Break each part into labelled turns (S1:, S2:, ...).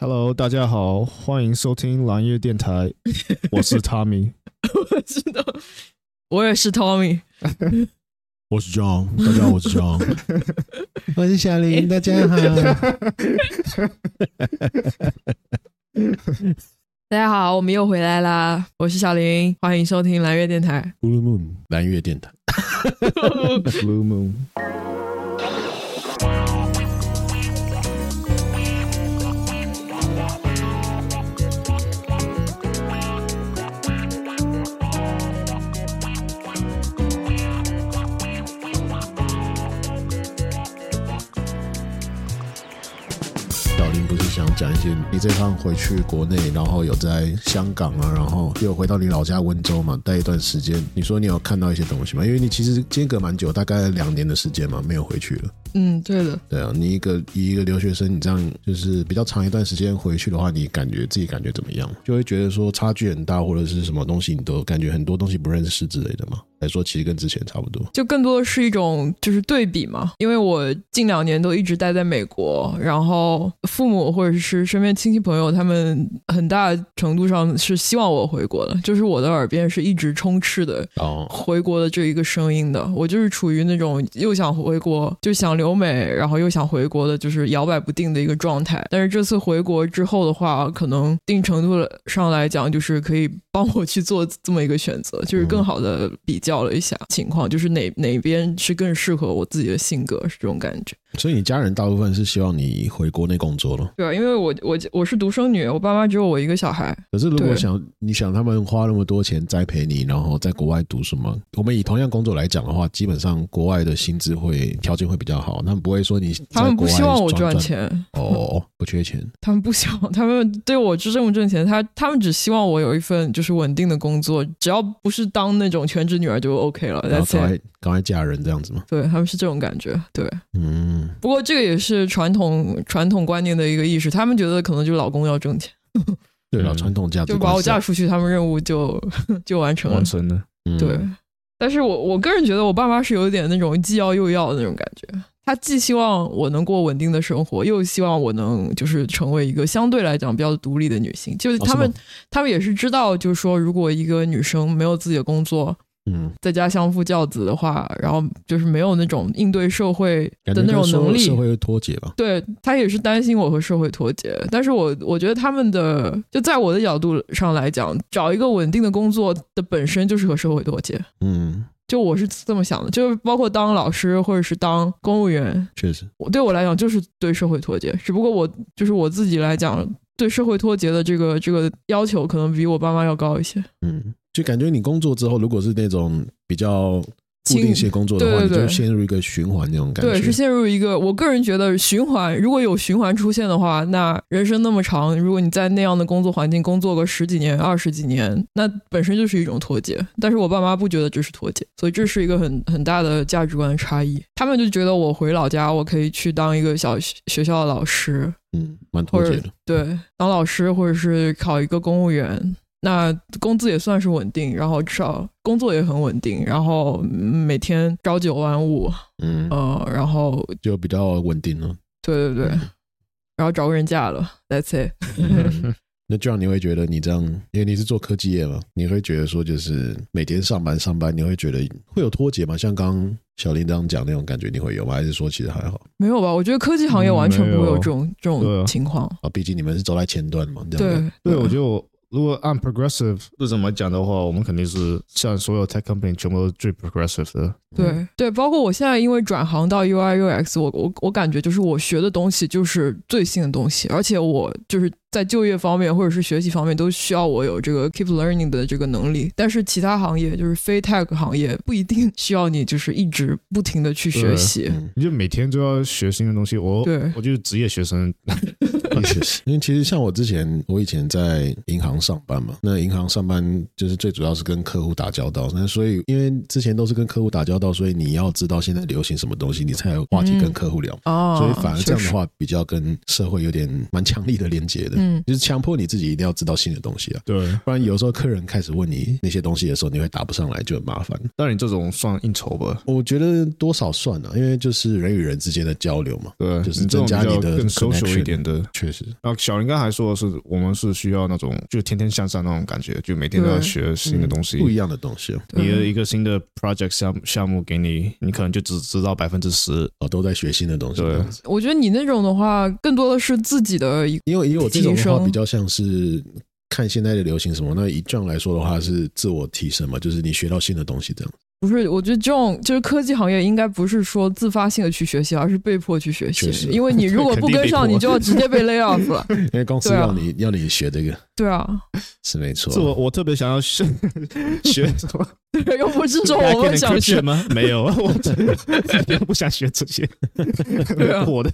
S1: Hello，大家好，欢迎收听蓝月电 台，我是 Tommy，
S2: 我知道， 我也是 Tommy。
S3: 我是 John，大家好，我是 John，
S4: 我是小林，大家好。
S2: 大家好，我们又回来啦！我是小林，欢迎收听蓝月电台。
S3: Blue Moon 蓝月电台。
S1: Blue Moon。
S3: 小林不是想讲一些你这趟回去国内，然后有在香港啊，然后又回到你老家温州嘛，待一段时间。你说你有看到一些东西吗？因为你其实间隔蛮久，大概两年的时间嘛，没有回去了。
S2: 嗯，对的，
S3: 对啊，你一个以一个留学生，你这样就是比较长一段时间回去的话，你感觉自己感觉怎么样？就会觉得说差距很大，或者是什么东西你都感觉很多东西不认识之类的嘛？来说其实跟之前差不多。
S2: 就更多的是一种就是对比嘛，因为我近两年都一直待在美国，然后父母或者是身边亲戚朋友，他们很大程度上是希望我回国的，就是我的耳边是一直充斥的
S3: 哦，
S2: 回国的这一个声音的，我就是处于那种又想回国，就想留美，然后又想回国的，就是摇摆不定的一个状态。但是这次回国之后的话，可能定程度上来讲，就是可以帮我去做这么一个选择，就是更好的比较了一下情况，就是哪哪边是更适合我自己的性格，是这种感觉。
S3: 所以你家人大部分是希望你回国内工作了。
S2: 对啊，因为我我我是独生女，我爸妈只有我一个小孩，
S3: 可是如果
S2: 对
S3: 想你想他们花那么多钱栽培你，然后在国外读什么？我们以同样工作来讲的话，基本上国外的薪资会条件会比较好，他们不会说你在
S2: 他们不
S3: 国外
S2: 希望我
S3: 装
S2: 赚钱。
S3: 哦，不缺 钱。
S2: 他们不想，他们对我就挣不挣钱，他他们只希望我有一份就是稳定的工作，只要不是当那种全职女儿就 OK 了。
S3: 然后
S2: That's
S3: 赶快
S2: it。
S3: 赶快嫁人这样子嘛，
S2: 对他们是这种感觉，对。
S3: 嗯，
S2: 不过这个也是传统传统观念的一个意识，他们觉得可能就老公要挣钱，
S3: 啊对了，
S1: 嗯
S3: 传统价值
S2: 就把
S3: 观
S2: 我
S3: 是这样
S2: 嫁出去，他们任务就 就完成了
S1: 完。成了。
S3: 嗯
S2: 对，但是我我个人觉得我爸妈是有一点那种既要又要的那种感觉。他既希望我能过稳定的生活，又希望我能就是成为一个相对来讲比较独立的女性。就是
S3: 哦
S2: 他
S3: 是
S2: 们、
S3: 吗
S2: 他们也是知道，就是说如果一个女生没有自己的工作，
S3: 嗯，
S2: 在家相夫教子的话，然后就是没有那种应对社会
S3: 感
S2: 的
S3: 觉
S2: 那种
S3: 跟社
S2: 能力
S3: 社，会脱节吧，
S2: 对他也是担心我和社会脱节，但是我我觉得他们的就在我的角度上来讲，找一个稳定的工作的本身就是和社会脱节，
S3: 嗯，
S2: 就我是这么想的，就是包括当老师或者是当公务员，
S3: 确实，
S2: 我对我来讲就是对社会脱节，只不过我就是我自己来讲，对社会脱节的这个这个要求可能比我爸妈要高一些，
S3: 嗯，就感觉你工作之后，如果是那种比较固定性工作的话，
S2: 对对对
S3: 你就陷入一个循环那种感觉，
S2: 对，是陷入一个我个人觉得循环，如果有循环出现的话，那人生那么长，如果你在那样的工作环境工作个十几年、二十几年，那本身就是一种脱节。但是我爸妈不觉得这是脱节，所以这是一个很很大的价值观的差异。他们就觉得我回老家，我可以去当一个小学学校的老师，
S3: 嗯，蛮脱
S2: 或
S3: 节
S2: 者
S3: 的，
S2: 对当老师，或者是考一个公务员。那工资也算是稳定，然后至少工作也很稳定，然后嗯每天朝九晚五，
S3: 嗯，
S2: 呃，然后
S3: 就比较稳定了。
S2: 对对对，然后找个人嫁了，That's it。
S3: 嗯 那这样你会觉得你这样，因为你是做科技业嘛，你会觉得说就是每天上班上班，你会觉得会有脱节吗？像刚刚小林这样讲那种感觉，你会有吗？还是说其实还好
S2: 没有吧？我觉得科技行业完全不会有这种、这
S1: 对啊
S2: 种情况。
S3: 啊？毕竟你们是走在前端嘛，这样
S2: 对
S3: 子，
S1: 对，啊我觉得我如果按 progressive 这怎么讲的话，我们肯定是像所有 tech company 全部都是最 progressive 的。
S2: 对对，包括我现在因为转行到 UI UX，我我我感觉就是我学的东西就是最新的东西，而且我就是在就业方面或者是学习方面都需要我有这个 keep learning 的这个能力。但是其他行业就是非 tech 行业不一定需要你就是一直不停的去学
S1: 对
S2: 习。
S3: 嗯，
S1: 你就每天都要学新的东西。我
S2: 对
S1: 我就是职业学生，
S3: 确实，因为其实像我之前，我以前在银行上班嘛，那银行上班就是最主要是跟客户打交道，那所以因为之前都是跟客户打交道，所以你要知道现在流行什么东西，你才有话题跟客户聊，
S2: 啊，
S3: 所以反而这样的
S2: 确实，
S3: 话比较跟社会有点蛮强力的连接的，
S2: 嗯，
S3: 就是强迫你自己一定要知道新的东西啊。
S1: 对。
S3: 不然有时候客人开始问你那些东西的时候，你会答不上来，就很麻烦。
S1: 那你这种算应酬吧？
S3: 我觉得多啊少算了、因为就是人与人之间的交流嘛，
S1: 对，
S3: 就是
S1: 你这
S3: 增
S1: 种
S3: 加
S1: 比较
S3: 你的
S1: 更 social
S3: connection
S1: 一点的，
S3: 确实，
S1: 然后小林刚才说的是，我们是需要那种就天天向上那种感觉，就每天都要
S2: 对
S1: 学新的东西。
S3: 嗯不一样的东西啊
S1: 你的一个新的 project 项项目给你，你可能就只知道百分之十。
S3: 哦，都在学新的东西。
S1: 对
S3: 这样子
S2: 我觉得你那种的话，更多的是自己的一
S3: 因为因为我这种
S2: 提
S3: 的话
S2: 升
S3: 比较像是看现在的流行什么，那以这样来说的话是自我提升嘛，就是你学到新的东西这样。
S2: 不是，我觉得这种就是科技行业应该不是说自发性的去学习，而是被迫去学
S3: 确
S2: 习
S3: 实，
S2: 因为你如果
S1: 肯
S2: 不
S1: 定
S2: 跟
S1: 被迫
S2: 上，你就要直接被 lay off 了。
S3: 因为公司
S2: 对啊
S3: 要你、要你学这个
S2: 对啊，
S3: 是没错
S1: 是，我我特别想要学 学什么？
S2: 又不是说我
S1: Backend
S2: 们想学
S1: encryption，吗？没有， 我 真的不想学这些。
S2: 对啊
S1: 我的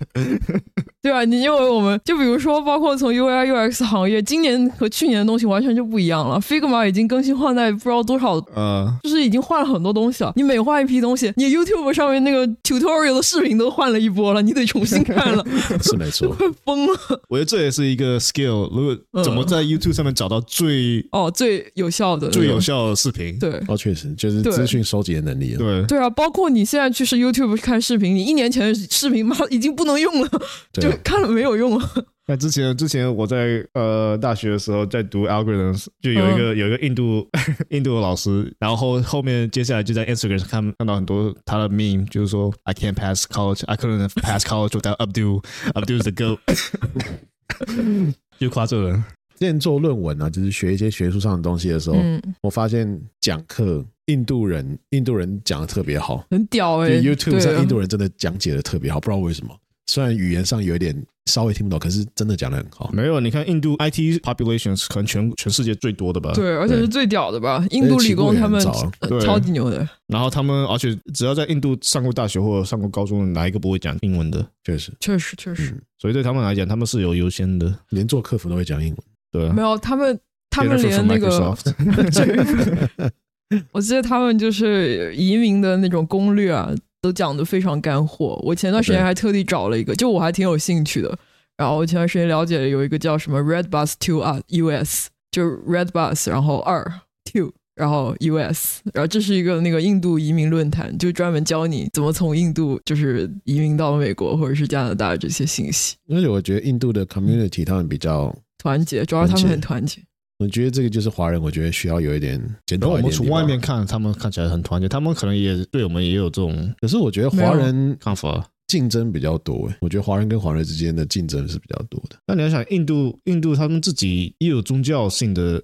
S2: 对啊，你因为我们就比如说，包括从 UI UX 行业，今年和去年的东西完全就不一样了。Figma 已经更新换代不知道多少，
S1: 呃，
S2: 就是已经换了很多东西了。你每换一批东西，你 YouTube 上面那个 tutorial 的视频都换了一波了，你得重新看 了，
S3: 是没 错。
S2: 快疯了。
S1: 我觉得这也是一个 skill。如
S2: 嗯
S1: 果怎么在 YouTube 上面找到最、
S2: 哦，最有效的，
S1: 最有效的视频？
S2: 对。
S3: 哦，确实就是
S2: 对
S3: 资讯收集的能力啊。
S1: 对
S2: 对啊，包括你现在去是 YouTube 看视频，你一年前的视频妈已经不能用了，
S3: 对
S2: 就
S3: 啊，
S2: 看了没有用了。
S1: 那之前之前我在呃大学的时候在读 algorithms，就有一
S2: 嗯
S1: 个、有一个印度 印度的老师，然后后面接下来就在 Instagram 上看看到很多他的 meme，就是说 I can't pass college, I couldn't pass college without Abdul, Abdul is the goat，就夸这人。
S3: 之前做论文啊，就是学一些学术上的东西的时候，
S2: 嗯，
S3: 我发现讲课印度人印度人讲的特别好，
S2: 很屌哎、
S3: 就
S2: 欸、
S3: YouTube
S2: 对啊
S3: 上印度人真的讲解的特别好，不知道为什么。虽然语言上有一点稍微听不懂，可是真的讲的很好。
S2: 嗯
S1: 没有，你看印度 IT population 是可能全全世界最多的吧？。
S2: 对，而且是最屌的吧？印度理工他们
S3: 而且起步也很早啊
S2: 呃
S1: 对
S2: 超级牛的，
S1: 然后他们，而且只要在印度上过大学或者上过高中的，哪一个不会讲英文的？
S3: 确实，嗯
S2: 确实确实、
S1: 所以对他们来讲，他们是有优先的。
S3: 连做客服都会讲英文。
S1: 对啊，
S2: 没有他们，他们
S1: Jennifer
S2: 连
S1: from
S2: 那个
S1: Microsoft
S2: 我记得他们就是移民的那种攻略啊，都讲的非常干货。我前段时间
S3: 对
S2: 还特地找了一个，就我还挺有兴趣的。然后我前段时间了解了有一个叫什么 Red Bus Two 啊 US，就是 Red Bus，然后二 Two，然后 US，然后这是一个那个印度移民论坛，就专门教你怎么从印度就是移民到美国或者是加拿大这些信息。
S3: 而且我觉得印度的 community 他们比较，
S2: 团结，主要是他们很团结。
S3: 我觉得这个就是华人，我觉得需要有一点检
S1: 然
S3: 讨
S1: 后我
S3: 一点
S1: 们
S3: 的地
S1: 从
S3: 方
S1: 外面，看，他们看起来很团结，他们可能也对我们也有这种
S3: 可是我觉得华人
S1: 看法。
S3: 竞争比较多、欸我觉得华人跟华人之间的竞争是比较多的。
S1: 那你要想，印度印度他们自己也有宗教性的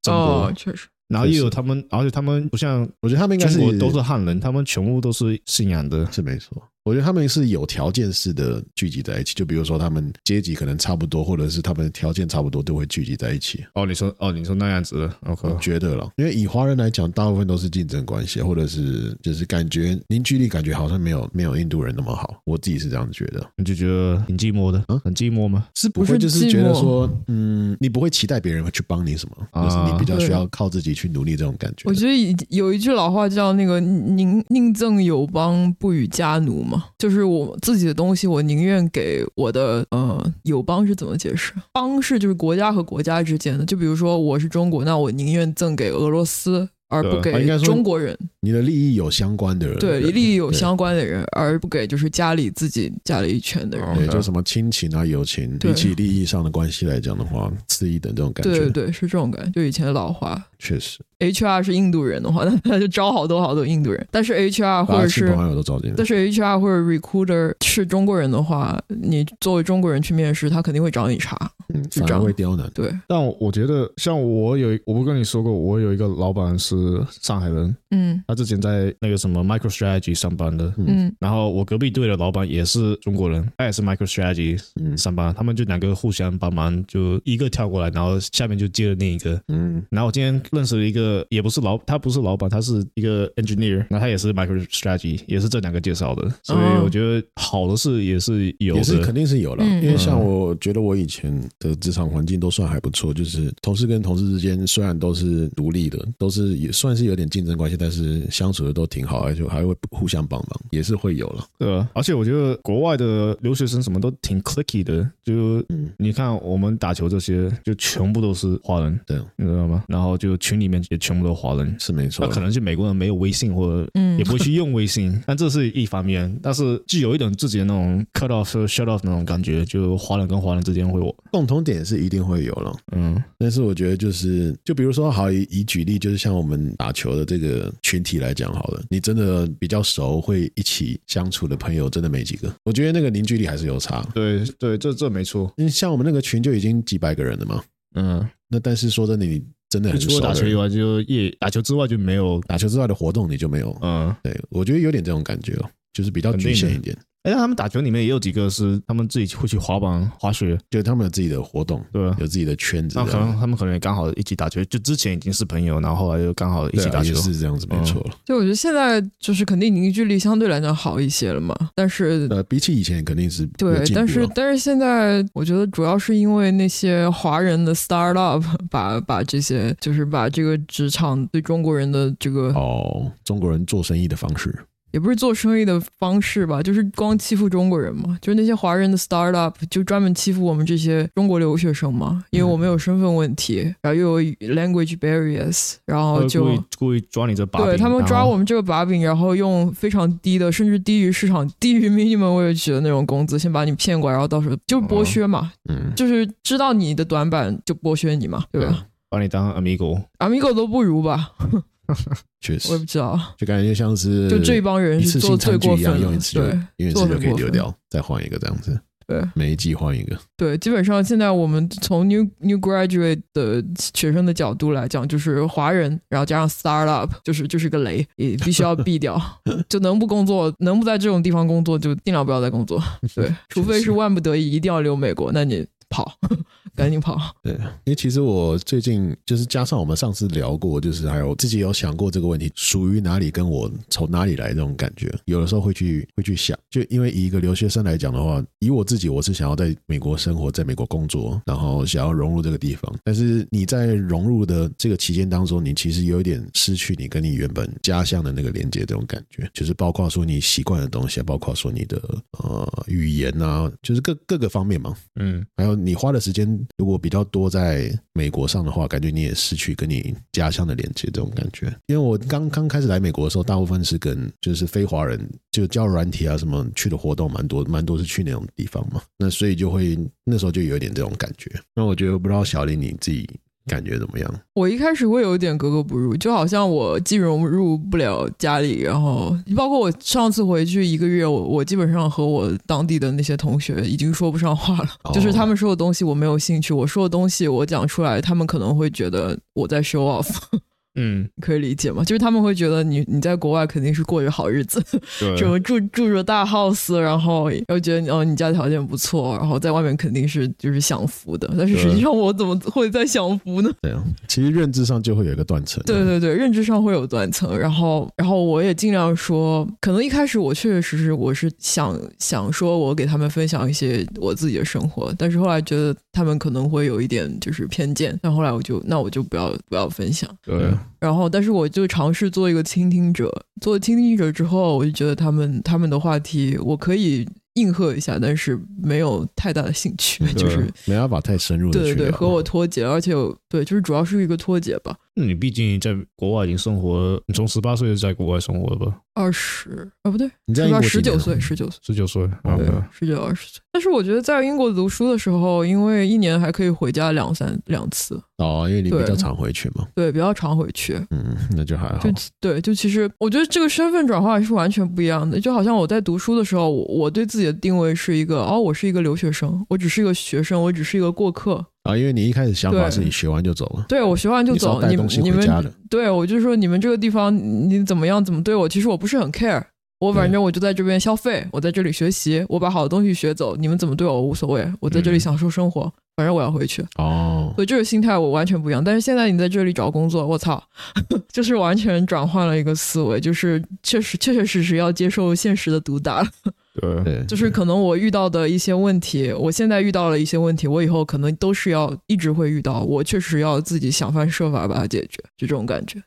S1: 中国，
S2: 哦，确实，
S1: 然后也
S3: 确
S1: 有
S3: 实
S1: 他们，而且他们不像
S3: 我觉得他们应该
S1: 中
S3: 是
S1: 国都是汉人，他们全部都是信仰的。
S3: 是没错。我觉得他们是有条件式的聚集在一起，就比如说他们阶级可能差不多，或者是他们条件差不多，都会聚集在一起。
S1: 哦，你说哦，你说那样子的，OK，
S3: 我觉得了，因为以华人来讲，大部分都是竞争关系，或者是就是感觉凝聚力，感觉好像没有没有印度人那么好。我自己是这样子觉得。
S1: 你就觉得挺寂寞的，很寂寞吗？
S3: 是不
S2: 不
S3: 会
S2: 是
S3: 就是
S2: 寂
S3: 觉得
S2: 寞
S3: 说，嗯，你不会期待别人会去帮你什么，
S1: 啊
S3: 就是你比较
S2: 对
S3: 需要靠自己去努力这种感觉。
S2: 我觉得以有一句老话叫那个“宁宁赠友邦，不与家奴”嘛，就是我自己的东西，我宁愿给我的呃友邦是怎么解释？啊邦是就是国家和国家之间的，就比如说我是中国，那我宁愿赠给俄罗斯。而不
S1: 对
S3: 啊
S2: 给
S3: 应该说
S2: 中国人，
S3: 你的利益有相关的人，
S2: 对
S3: 对
S2: 利益有
S3: 对
S2: 相关的人，而不给就是家里自己家里一圈的人。
S1: 哦
S3: 对，
S1: OK
S3: 就什么亲情啊、友情，
S2: 对
S3: 比起利益上的关系来讲的话，次一等这种感
S2: 对
S3: 觉，
S2: 对对，是这种感觉。就以前的老话
S3: 确实，
S2: ，HR 是印度人的话，那他就招好多好多印度人。但是 HR
S3: 把
S2: 或
S3: 他
S2: 者
S3: 亲
S2: 是
S3: 朋好友都招进来
S2: 但。是 HR 或者 recruiter 是中国人的话，你作为中国人去面试，他肯定会找你查。
S3: 嗯
S2: 是这
S3: 反而
S2: 样
S3: 会刁难，
S2: 对，
S1: 但我我觉得，像我有一，我不跟你说过，我有一个老板是上海人，
S2: 嗯
S1: 他之前在那个什么 MicroStrategy 上班的，
S2: 嗯
S1: 然后我隔壁队的老板也是中国人，他也是 MicroStrategy
S3: 嗯
S1: 上班，他们就两个互相帮忙，就一个跳过来，然后下面就接了另一个。
S3: 嗯，
S1: 然后我今天认识了一个，也不是老，他不是老板，他是一个 engineer，那他也是 MicroStrategy，也是这两个介绍的，所以我觉得好的是也是有
S3: 也是
S1: 的
S3: 肯，定是有了，
S2: 嗯
S3: 因为像我觉得我以前的职场环境都算还不错，就是同事跟同事之间虽然都是独立的，都是也算是有点竞争关系，但是相处的都挺好，而且还会互相帮忙，也是会有了。
S1: 对吧？而且我觉得国外的留学生什么都挺 clicky 的，就
S3: 嗯，
S1: 你看我们打球这些，就全部都是华人，
S3: 对
S1: 你知道吗？然后就群里面也全部都华人，
S3: 是没错
S1: 那。可能是美国人没有微信或者
S2: 嗯
S1: 也不会去用微信， 但这是一方面，但是就有一种自己的那种 cut off 和 shut off 那种感觉，就华人跟华人之间会我
S3: 共同点是一定会有了，
S1: 嗯
S3: 但是我觉得就是，就比如说好以以举例，就是像我们打球的这个群体来讲好了，你真的比较熟会一起相处的朋友真的没几个，我觉得那个凝聚力还是有差。
S1: 对对，这这没错，
S3: 因为像我们那个群就已经几百个人了嘛，
S1: 嗯，
S3: 那但是说真的，你真的很
S1: 除
S3: 熟的
S1: 了打球以
S3: 人
S1: 外，就业打球之外就没有
S3: 打球之外的活动你就没有。
S1: 嗯。
S3: 对，我觉得有点这种感觉哦，就是比较
S1: 肯定
S3: 局
S1: 的
S3: 限一点，
S1: 哎，他们打球里面也有几个是他们自己会去滑板、滑雪，
S3: 就是他们有自己的活动，
S1: 对吧？
S3: 有自己的圈子
S1: 啊那
S3: 这
S1: 可能
S3: 样。
S1: 他们可能也刚好一起打球，就之前已经是朋友，然后后来又刚好一
S3: 对啊
S1: 起打球
S3: 也。是这样子，没
S1: 嗯
S3: 错。
S2: 就我觉得现在就是肯定凝聚力相对来讲好一些了嘛，但是
S3: 呃，比起以前肯定是有
S2: 对，
S3: 进
S2: 但
S3: 步
S2: 是
S3: 了
S2: 但是现在我觉得主要是因为那些华人的 startup 把把这些就是把这个职场对中国人的这个
S3: 哦，中国人做生意的方式，
S2: 也不是做生意的方式吧，就是光欺负中国人嘛，就是那些华人的 startup 就专门欺负我们这些中国留学生嘛，因为我们有身份问题，
S3: 嗯
S2: 然后又有 language barriers，然
S1: 他
S2: 后
S1: 会
S2: 哦就
S1: 故意故意抓你这把柄，
S2: 对他们抓
S1: 然后
S2: 我们这个把柄，然后用非常低的，甚至低于市场、低于 minimum wage 的那种工资，先把你骗过来，然后到时候就是剥削嘛，
S3: 嗯，啊
S2: 就是知道你的短板就剥削你嘛，对啊吧
S1: 把你当 amigo，
S3: 嗯
S2: ？Amigo 都不如吧，
S3: 确
S2: 我也
S3: 实
S2: 不知道，
S3: 就感觉像是
S2: 就这帮人
S3: 一
S2: 是
S3: 次
S2: 做
S3: 性
S2: 最
S3: 餐具
S2: 过
S3: 一样，
S2: 分
S3: 用
S2: 的
S3: 一次，就
S2: 对
S3: 用一
S2: 做
S3: 次就
S2: 很
S3: 可以
S2: 过
S3: 丢
S2: 分
S3: 掉，再换一个这样子，
S2: 对
S3: 每一季换一个，
S2: 对，基本上现在我们从 new new graduate 的学生的角度来讲，就是华人，然后加上 startup，就是就是个雷，也必须要避掉， 就能不工作，能不在这种地方工作，就尽量不要再工 作。对，除非是万不得已一定要留美国，那你跑， 赶紧跑。
S3: 对，因为其实我最近就是加上我们上次聊过，就是还有自己有想过这个问题，属于哪里跟我从哪里来这种感觉，有的时候会去会去想，就因为以一个留学生来讲的话，以我自己我是想要在美国生活，在美国工作，然后想要融入这个地方，但是你在融入的这个期间当中，你其实有一点失去你跟你原本家乡的那个连接这种感觉，就是包括说你习惯的东西啊，包括说你的呃语言啊，就是各各个方面嘛，
S1: 嗯，
S3: 还有你花的时间如果比较多在美国上的话，感觉你也失去跟你家乡的连接这种感觉。因为我刚刚开始来美国的时候，大部分是跟就是非华人，就交友软体啊什么去的活动蛮多，蛮多是去那种地方嘛。那所以就会那时候就有一点这种感觉。那我觉得不知道小林你自己感觉怎么样？
S2: 我一开始会有一点格格不入，就好像我既融入不了家里，然后包括我上次回去一个月，我我基本上和我当地的那些同学已经说不上话了，
S3: 哦
S2: 就是他们说的东西我没有兴趣，我说的东西我讲出来，他们可能会觉得我在 show off，
S1: 嗯，
S2: 可以理解吗？就是他们会觉得你你在国外肯定是过着好日子，
S1: 对，
S2: 什么住住着大 house，然后又觉得你哦你家条件不错，然后在外面肯定是就是享福的，但是实际
S1: 对
S2: 上我怎么会在享福呢？
S3: 对啊，其实认知上就会有一个断层。
S2: 对对对，认知上会有断层，然后然后我也尽量说，可能一开始我确确实实我是想想说我给他们分享一些我自己的生活，但是后来觉得他们可能会有一点就是偏见，但后来我就那我就不要不要分享。
S1: 对，
S2: 然后，但是我就尝试做一个倾听者。做倾听者之后，我就觉得他们他们的话题我可以应和一下，但是没有太大的兴趣，
S1: 对
S2: 就是
S3: 没办法太深入的
S2: 对
S3: 去
S2: 对
S3: 聊
S2: 对，和我脱节，而且我对，就是主要是一个脱节吧。
S1: 那你毕竟在国外已经生活，你从十八岁就在国外生活了吧？
S2: 二十啊，不对，
S3: 你在
S2: 是
S3: 英
S2: 吧？
S3: 国
S2: 十
S3: 几
S2: 九
S3: 年啊
S2: 岁，十九岁。
S1: 十九岁，
S2: 对
S1: 嗯，
S2: 十九二十岁，但是我觉得在英国读书的时候，因为一年还可以回家两三两次，
S3: 哦，因为你比
S2: 对
S3: 较常回去嘛，
S2: 对，比较常回去。
S3: 嗯，那就还好
S2: 就。对，就其实我觉得这个身份转换是完全不一样的。就好像我在读书的时候，我我对自己的定位是一个，哦，我是一个留学生，我只是一个学生，我只是一个过客。
S3: 啊，因为你一开始想法
S2: 对
S3: 是你学完就走了，
S2: 对我学完就
S3: 你只要
S2: 走，
S3: 带
S2: 你
S3: 东
S2: 们
S3: 西
S2: 你
S3: 回家了
S2: 们。对我就说你们这个地方你怎么样怎么对我，其实我不是很 care。我反
S3: 对
S2: 正我就在这边消费，我在这里学习，我把好的东西学走，你们怎么对我无所谓，我在这里
S1: 嗯
S2: 享受生活，反正我要回去。
S3: 哦，
S2: 所以这个心态我完全不一样。但是现在你在这里找工作，我操， 就是完全转换了一个思维，就是确实确确实实要接受现实的毒打了。
S1: 对，
S3: 对，
S2: 就是可能我遇到的一些问题，我现在遇到了一些问题，我以后可能都是要一直会遇到，我确实要自己想方设法把它解决，就这种感觉。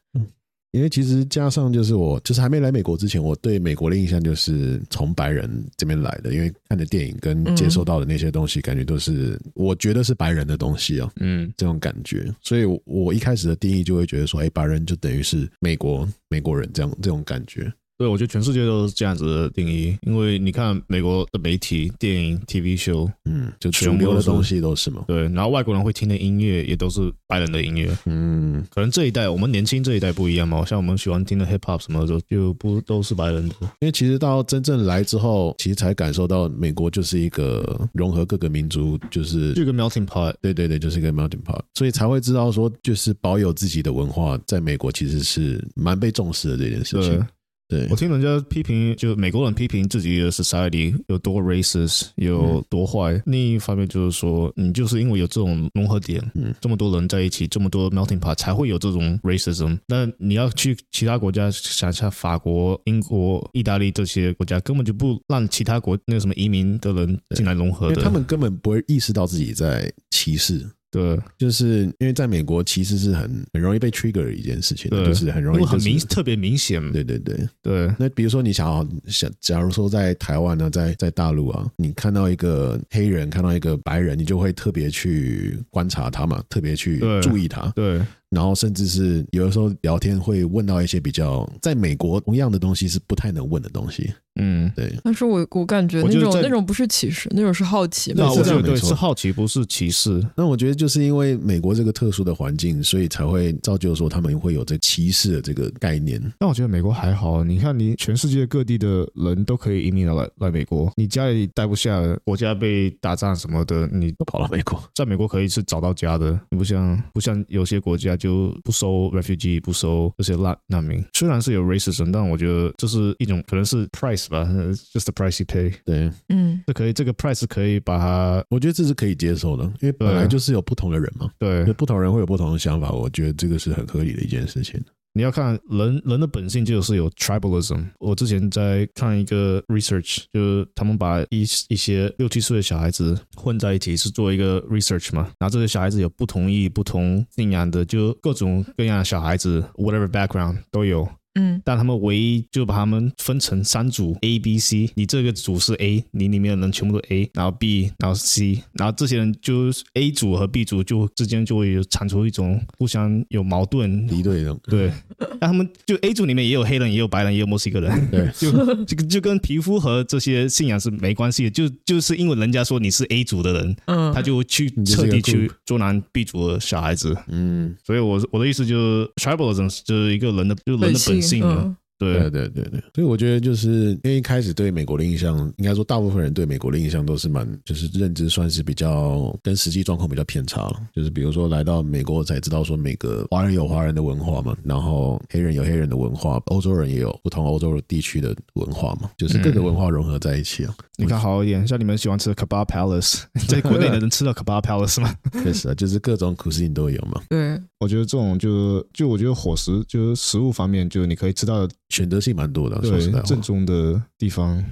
S3: 因为其实加上就是我，就是还没来美国之前，我对美国的印象就是从白人这边来的，因为看的电影跟接受到的那些东西，感觉都是、我觉得是白人的东西啊，
S1: 嗯
S3: 这种感觉。所以我，我一开始的定义就会觉得说，哎，白人就等于是美国美国人这样这种感觉。
S1: 对，我觉得全世界都是这样子的定义，因为你看美国的媒体、电影、TV show，
S3: 嗯，就
S1: 全
S3: 主
S1: 部
S3: 流
S1: 都
S3: 的
S1: 是
S3: 东西都是嘛。
S1: 对，然后外国人会听的音乐也都是白人的音乐，
S3: 嗯，
S1: 可能这一代我们年轻这一代不一样嘛，像我们喜欢听的 hip hop 什么的就不都是白人的，
S3: 因为其实到真正来之后，其实才感受到美国就是一个融合各个民族，就是
S1: 就一个 melting pot。
S3: 对对对，就是一个 melting pot，所以才会知道说，就是保有自己的文化，在美国其实是蛮被重视的这件事
S1: 对
S3: 情。，对
S1: 我，听人家批评，就美国人批评自己的 society 有多 racist，有多坏。另一方面就是说，你就是因为有这种融合点，
S3: 嗯
S1: 这么多人在一起，这么多 melting pot，才会有这种 racism。那你要去其他国家，想一下法国、英国、意大利这些国家，根本就不让其他国那个什么移民的人进来融合
S3: 因为
S1: 的。
S3: 他们根本不会意识到自己在歧视，
S1: 对，
S3: 就是因为在美国歧视是很很容易被 trigger 的一件事情，啊
S1: 对
S3: 就是很容
S1: 因
S3: 易
S1: 为
S3: 就
S1: 很
S3: 是
S1: 明，特别明显。
S3: 对对对，
S1: 对，
S3: 那比如说，你想要想，假如说在台湾呢，在在大陆啊，你看到一个黑人，看到一个白人，你就会特别去观察他嘛，特别去
S1: 对
S3: 注意他，
S1: 对，
S3: 然后甚至是有的时候聊天会问到一些比较在美国同样的东西是不太能问的东西，
S1: 嗯。
S3: 对。
S2: 但是我我感觉
S1: 我
S2: 那
S1: 觉得
S2: 种
S1: 在
S2: 那种不是歧视，那种是好奇
S1: 那
S2: 吧。
S3: 对是
S1: 我
S3: 这
S1: 觉
S3: 样
S1: 得对
S3: 没错
S1: 是好奇，不是歧视。
S3: 那我觉得就是因为美国这个特殊的环境，所以才会造就说他们会有这歧视的这个概念。
S1: 但我觉得美国还好，你看，你全世界各地的人都可以移民来来美国，你家里待不下，国家被打仗什么的，你
S3: 都跑到美国，
S1: 在美国可以是找到家的。你不像不像有些国家就不收 refugee，不收这些难难民。虽然是有 racism，但我觉得这是一种可能是 price 吧呃，just the price you pay。
S3: 对，
S2: 嗯，
S1: 这可以，这个 price 可以把它
S3: 我觉得这是可以接受的，因为本来就是有不同的人嘛，
S1: 对
S3: 就不同人会有不同的想法，我觉得这个是很合理的一件事情。
S1: 你要看人人的本性就是有 tribalism。我之前在看一个 research，就是他们把一一些六七岁的小孩子混在一起，是做一个 research 嘛。然后这些小孩子有不同意、不同信仰的，就各种各样的小孩子，whatever background 都有。
S2: 嗯，
S1: 但他们唯一就把他们分成三组 A、B、C，你这个组是 A，你里面的人全部都 A，然后 B，然后 C，然后这些人就是 A 组和 B 组就之间就会有产出一种互相有矛盾，
S3: 敌对的，
S1: 对， 那他们就 A 组里面也有黑人，也有白人，也有墨西哥人，
S3: 对，
S1: 就这个就跟皮肤和这些信仰是没关系的，就就是因为人家说你是 A 组的人，
S2: 嗯
S1: 他就去
S3: 你就是一
S1: 彻
S3: 个
S1: 底去
S3: group
S1: 捉拿 B 组的小孩子。
S3: 嗯，
S1: 所以我，我的意思就是，tribalism 就是一个人的，就是人的本性嘛。
S2: 嗯
S1: 对
S3: 对对对对，所以我觉得就是因为一开始对美国的印象，应该说大部分人对美国的印象都是蛮，就是认知算是比较跟实际状况比较偏差了。就是比如说来到美国才知道说每个华人有华人的文化嘛，然后黑人有黑人的文化，欧洲人也有不同欧洲地区的文化嘛，就是各个文化融合在一起啊。
S1: 嗯你看好一点，像你们喜欢吃的 kebab palace，在国内能吃到 kebab palace 吗？
S3: 确实啊，就是各种苦事情都有嘛，
S2: 对，
S1: 我觉得这种就就我觉得伙食就是食物方面，就是你可以吃到
S3: 选择性蛮多的啊。说
S1: 对
S3: 实在话，
S1: 正宗的哦地方。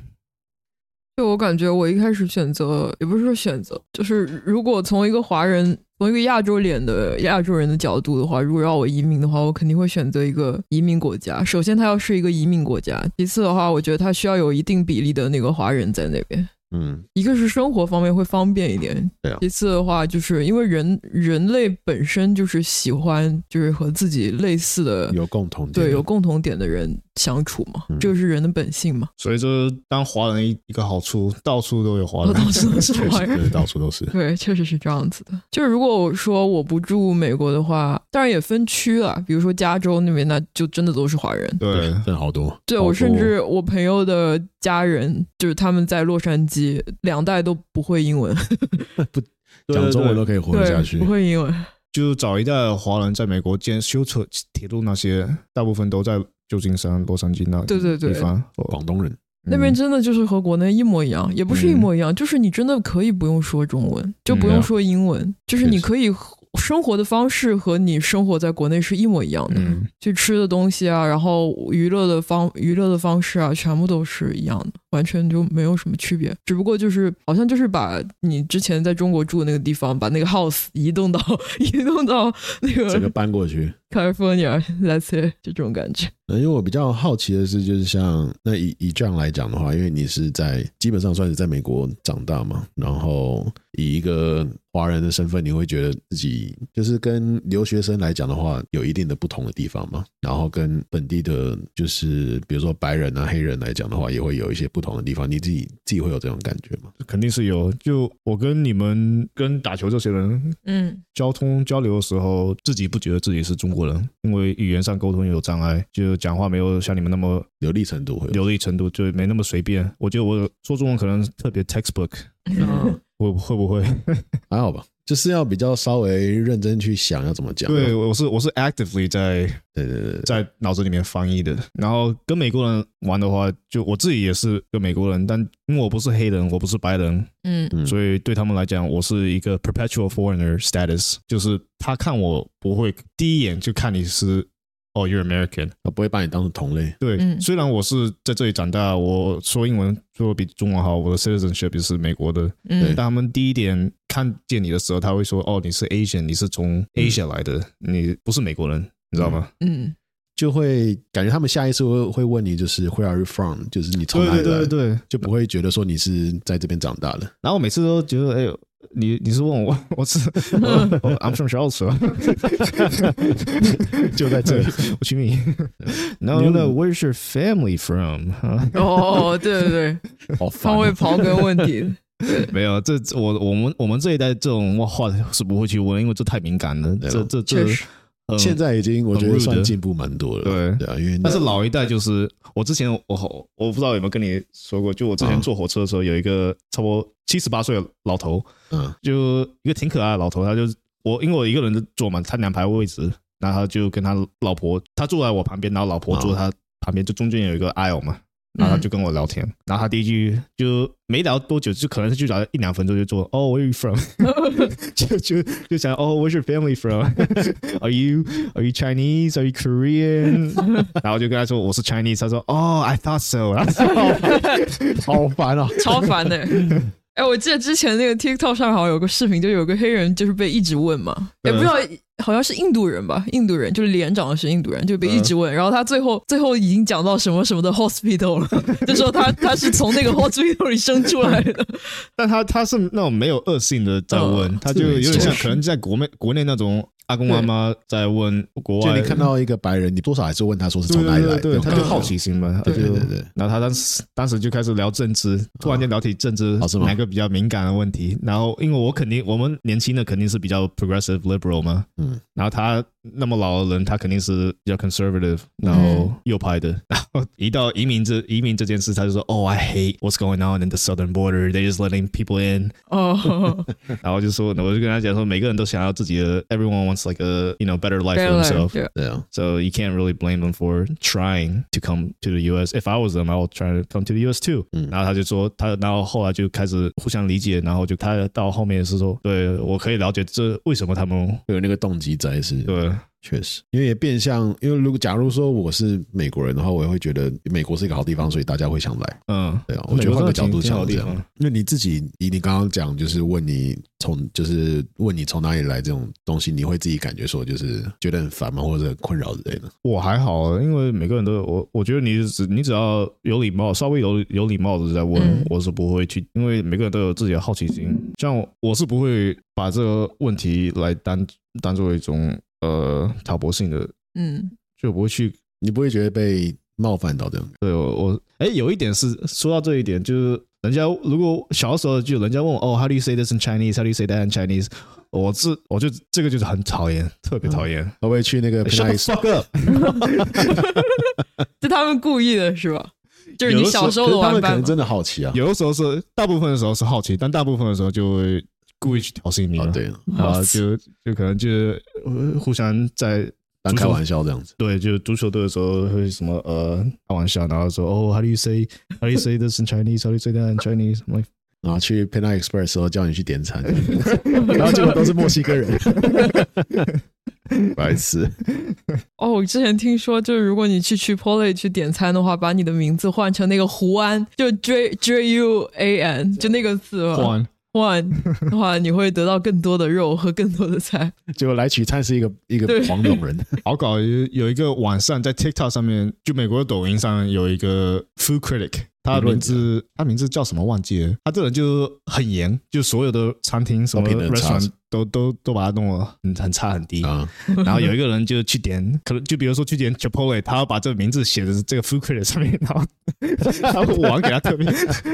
S2: 就我感觉，我一开始选择也不是说选择，就是如果从一个华人、从一个亚洲脸的亚洲人的角度的话，如果让我移民的话，我肯定会选择一个移民国家。首先，它要是一个移民国家；其次的话，我觉得它需要有一定比例的那个华人在那边。
S3: 嗯，
S2: 一个是生活方面会方便一点，
S3: 对啊
S2: 其次的话，就是因为人人类本身就是喜欢就是和自己类似的，
S3: 有共同点，
S2: 对有共同点的人相处嘛，
S3: 嗯
S2: 这个是人的本性嘛。
S1: 所以这当华人一一个好处，到处都有华人
S2: 哦到。处都是华人
S3: 对，到处都是。
S2: 对，确实是这样子的。就是如果我说我不住美国的话，当然也分区了，比如说加州那边，那就真的都是华人。
S1: 对，
S3: 真的好多。
S2: 对
S3: 好
S2: 我甚
S3: 多
S2: 至我朋友的家人，就是他们在洛杉矶，两代都不会英文，
S3: 讲中文
S1: 对
S3: 都
S1: 对
S3: 可以活得下
S2: 对，
S3: 去
S2: 不。会英文。
S1: 就早一代的华人在美国建修车、铁路那些，大部分都在旧金山、洛杉矶那
S2: 对对对
S1: 地方。哦
S3: 广东人，
S2: 那边真的就是和国内一模一样，也不是一模一样，就是你真的可以不用说中文，就不用说英文，就是你可以生活的方式和你生活在国内是一模一样的，
S1: 嗯，
S2: 就吃的东西啊，然后娱乐的方娱乐的方式啊，全部都是一样的，完全就没有什么区别。只不过就是好像就是把你之前在中国住的那个地方，把那个 house 移动到 移动到 那
S3: 整个
S2: 个
S3: 搬过去。
S2: California，that's it，就这种感觉。
S3: 呃因为我比较好奇的是，就是像那以以这样来讲的话，因为你是在基本上算是在美国长大嘛，然后以一个华人的身份，你会觉得自己就是跟留学生来讲的话，有一定的不同的地方嘛，然后跟本地的，就是比如说白人啊、黑人来讲的话，也会有一些不同的地方，你自己自己会有这种感觉吗？
S1: 肯定是有。就我跟你们跟打球这些人
S2: 嗯，
S1: 交通交流的时候，自己不觉得自己是中国人，因为语言上沟通有障碍，就讲话没有像你们那么
S3: 流利程度会有
S1: 流利程度，就没那么随便。我觉得我说中文可能特别 textbook，会
S2: 嗯
S1: 会不会？
S3: 还好吧，就是要比较稍微认真去想要怎么讲。啊
S1: 对，我是我是 actively 在
S3: 对对对对
S1: 在脑子里面翻译的。然后跟美国人玩的话，就我自己也是个美国人，但因为我不是黑人，我不是白人，
S2: 嗯
S3: 嗯
S1: 所以对他们来讲，我是一个 perpetual foreigner status，就是他看我不会第一眼就看你是哦、y o u r e American。
S3: 他不会把你当成同类。
S1: 对，
S2: 嗯
S1: 虽然我是在这里长大，我说英文说的比中文好，我的 citizenship 也是美国的，
S2: 嗯
S1: 但他们第一点看见你的时候，他会说：“哦，你是 Asian，你是从 Asia 来的，你不是美国人，你知道吗
S2: 嗯
S3: 就会感觉他们下一次会会问你，就是 Where are you from？就是你？”从哪里来，
S1: 对。
S3: 就不会觉得说你是在这边长大 的。
S1: 然后我每次都觉得，哎呦，你你是问我，我 是我我 I'm from Charlotte，就在这里，我去你。No no no，Where's your family from？啊
S2: 哦，对对对，
S3: 好
S2: 方
S3: 烦
S2: 位
S3: 哦，
S2: 刨根问底。
S1: 没有，这我我们我们这一代这种话是不会去问，因为这太敏感了。
S3: 对
S1: 这
S3: 吧
S1: 这这
S2: 确实，
S1: 嗯
S3: 现在已经我觉
S1: 很
S3: 得
S1: rude
S3: 算进步蛮多了。
S1: 对
S3: 对啊，因为
S1: 但是老一代就是我之前我我我不知道有没有跟你说过，就我之前
S3: 嗯
S1: 坐火车的时候，有一个差不多七十八岁的老头，
S3: 嗯
S1: 就一个挺可爱的老头，他就我因为我一个人坐嘛，他两排位置，然后他就跟他老婆，他坐在我旁边，然后老婆坐他旁边，就中间有一个 aisle 嘛，然后他就
S3: 嗯
S1: 跟我聊天，然后他第一句就没聊多久，就可能是就聊一两分钟就做哦、w h e r e you from？就就就想哦、w h e r e your family from？Are you Are you Chinese? Are you Korean？然后就跟他说我是 Chinese，他说哦、i thought so，然 后
S3: 好烦啊！
S2: 超 烦的、
S3: 嗯
S2: 哎，我记得之前那个 TikTok 上好像有个视频，就有个黑人就是被一直问嘛，也
S1: 嗯
S2: 不知道好像是印度人吧，印度人就是脸长得是印度人，就被一
S3: 嗯
S2: 直问，然后他最后最后已经讲到什么什么的 hospital 了， 就说他他是从那个 hospital 里生出来的，
S1: 但他他是那种没有恶性的在问，
S3: 哦
S2: 嗯
S1: 他就有点
S3: 这
S1: 像
S3: 个
S1: 可能在国内国内那种阿公阿妈在问国
S3: 就
S1: 外，
S3: 你看到一个白人，你多少还是问他说是
S1: 对
S3: 从哪里来的，
S1: 对对对他
S3: 那种
S1: 就
S3: 感觉
S1: 好奇心嘛，他
S3: 对
S1: 就
S3: 对对对，啊
S1: 然后他当时当时就开始聊政治，突然间聊起政治
S3: 哦是吗
S1: 哪个比较敏感的问题，然后因为我肯定我们年轻的肯定是比较 progressive liberal 嘛，
S3: 嗯，
S1: 然后他那么老的人，他肯定是比较 conservative，然
S3: 嗯
S1: 后右派的。然后一到移民这移民这件事，他就说：“Oh, I hate what's going on in the southern border. They just letting people in。
S2: 哦，”
S1: 然后就说，我就跟他讲说，每个人都想要自己的，everyone wants like a you know better life
S2: 对
S1: for himself。
S2: 对，
S3: 对啊，
S1: So you can't really blame them for trying to come to the U.S. If I was them, I would try to come to the U.S. too.
S3: 嗯
S1: 然后他就说他，然后后来就开始互相理解，然后就他到后面是说，对我可以了解这为什么他们
S3: 会有那个动机在是。
S1: 对
S3: 确实，因为也变相，因为如果假如说我是美国人的话，我也会觉得美国是一个好地方，所以大家会想来。
S1: 嗯
S3: 对啊，我觉得换个角度
S1: 挺好
S3: 想
S1: 的
S3: 这
S1: 地
S3: 样
S1: 方，
S3: 因为你自己，以你刚刚讲，就是问你从，就是问你从哪里来这种东西，你会自己感觉说，就是觉得很烦吗，或者很困扰之类的。
S1: 我还好，因为每个人都有我，我觉得你只你只要有礼貌，稍微有有礼貌的在问，
S2: 嗯
S1: 我是不会去，因为每个人都有自己的好奇心。像我我是不会把这个问题来当当做一种呃挑拨性的，
S2: 嗯
S1: 就不会去
S3: 你不会觉得被冒犯到这样？
S1: 对我我哎，有一点是说到这一点，就是人家如果小的时候就人家问我哦，How do you say this in Chinese？How do you say that in Chinese？我是我就这个就是很讨厌，特别讨厌。
S3: 会不会去那 个
S1: 嗯 Shut the
S3: Penai
S1: fuck up！
S2: 就他们故意的是吧？就是你小时候
S3: 可
S2: 的
S3: 是他
S2: 玩
S3: 们可
S2: 伴
S3: 能
S2: 嘛，
S3: 真的好奇啊。
S1: 有的时候是大部分的时候是好奇，但大部分的时候就会故意去挑衅你
S3: 啊
S1: 嘛，，
S3: 对，
S1: 啊，就就可能就是、呃互相在
S3: 当开玩笑这样子。
S1: 对，就是足球队的时候会什么呃开玩笑，然后说哦、h o w do you say how do you say this in Chinese？How do you say that in Chinese？I'm like
S3: 然后去 Panda Express 的时候叫你去点 餐，然后结果都是墨西哥人，白痴。
S2: 哦，我之前听说，就是如果你去 Chipotle 去点餐的话，把你的名字换成那个胡安，就 J J U A N，就那个字吧
S1: 换，
S2: 换 的话，你会得到更多的肉和更多的菜。
S3: 结果来取餐是一个一个
S2: 对
S3: 黄种 人，
S1: 好搞，有有一个网上在 TikTok 上面，就美国的抖音上有一个 Food Critic，他的名字他名字叫什么忘记了，他这人就很严，就所有的餐厅什么
S3: 都评得很差
S1: restaurant 都都都把他弄得很很差很低。
S3: 啊，
S1: 然后有一个人就去 点，可能就比如说去点 Chipotle，他要把这个名字写在这个 Food Critic 上面， 然后他们网给他 特别，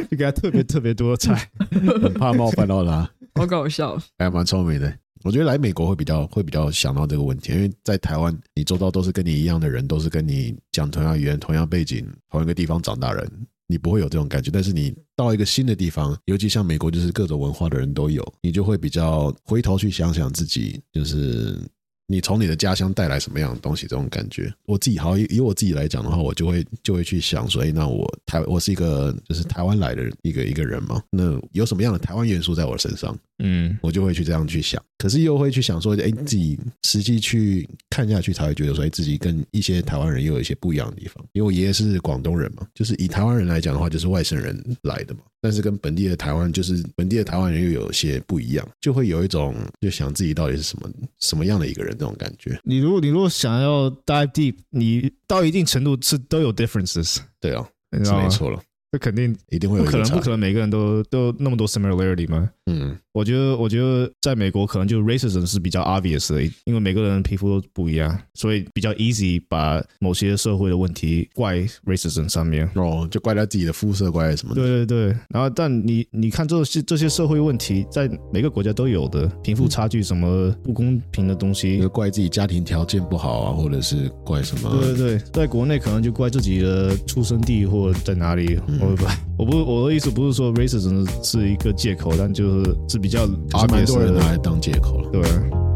S1: 就给他特别特别多的菜。
S3: 很怕冒犯到他，
S2: 好搞笑，
S3: 还蛮聪明的。我觉得来美国会比较会比较想到这个问题，因为在台湾，你周遭都是跟你一样的人，都是跟你讲同样语言、同样背景、同一个地方长大人，你不会有这种感觉。但是你到一个新的地方，尤其像美国，就是各种文化的人都有，你就会比较回头去想想自己，就是你从你的家乡带来什么样的东西，这种感觉。我自己好以以我自己来讲的话，我就会就会去想说，哎，那我台我是一个就是台湾来的一个一个人嘛，那有什么样的台湾元素在我身上？
S1: 嗯，
S3: 我就会去这样去想，可是又会去想说，哎，自己实际去看下去，才会觉得说，哎，自己跟一些台湾人又有一些不一样的地方。因为我爷爷是广东人嘛，就是以台湾人来讲的话，就是外省人来的嘛，但是跟本地的台湾，就是本地的台湾人又有些不一样，就会有一种就想自己到底是什么什么样的一个人这种感觉。
S1: 你如果你如果想要 dive deep，你到一定程度是都有 differences，
S3: 对啊，
S1: 你知
S3: 是
S1: 道
S3: 没
S1: 吗？
S3: 错了，
S1: 这肯定
S3: 一定会
S1: 不
S3: 有一个
S1: 可能，
S3: 差
S1: 不。可能每个人都都那么多 similarity 嘛。
S3: 嗯，
S1: 我觉得，我觉得在美国可能就 racism 是比较 obvious 的，因为每个人皮肤都不一样，所以比较 easy 把某些社会的问题怪 racism 上面。
S3: 哦，就怪他自己的肤色，怪什么的。
S1: 对对对，然后但你你看这些这些社会问题，在每个国家都有的，贫富差距什么不公平的东西，
S3: 就怪自己家庭条件不好啊，或者是怪什么？
S1: 对对对，在国内可能就怪自己的出生地或在哪里，
S3: 嗯
S1: 我不我不我的意思不是说 racism 是一个借口，但就是是比较
S3: 还蛮多人
S1: obvious
S3: 拿
S1: 的
S3: 来当借口了。
S1: 对。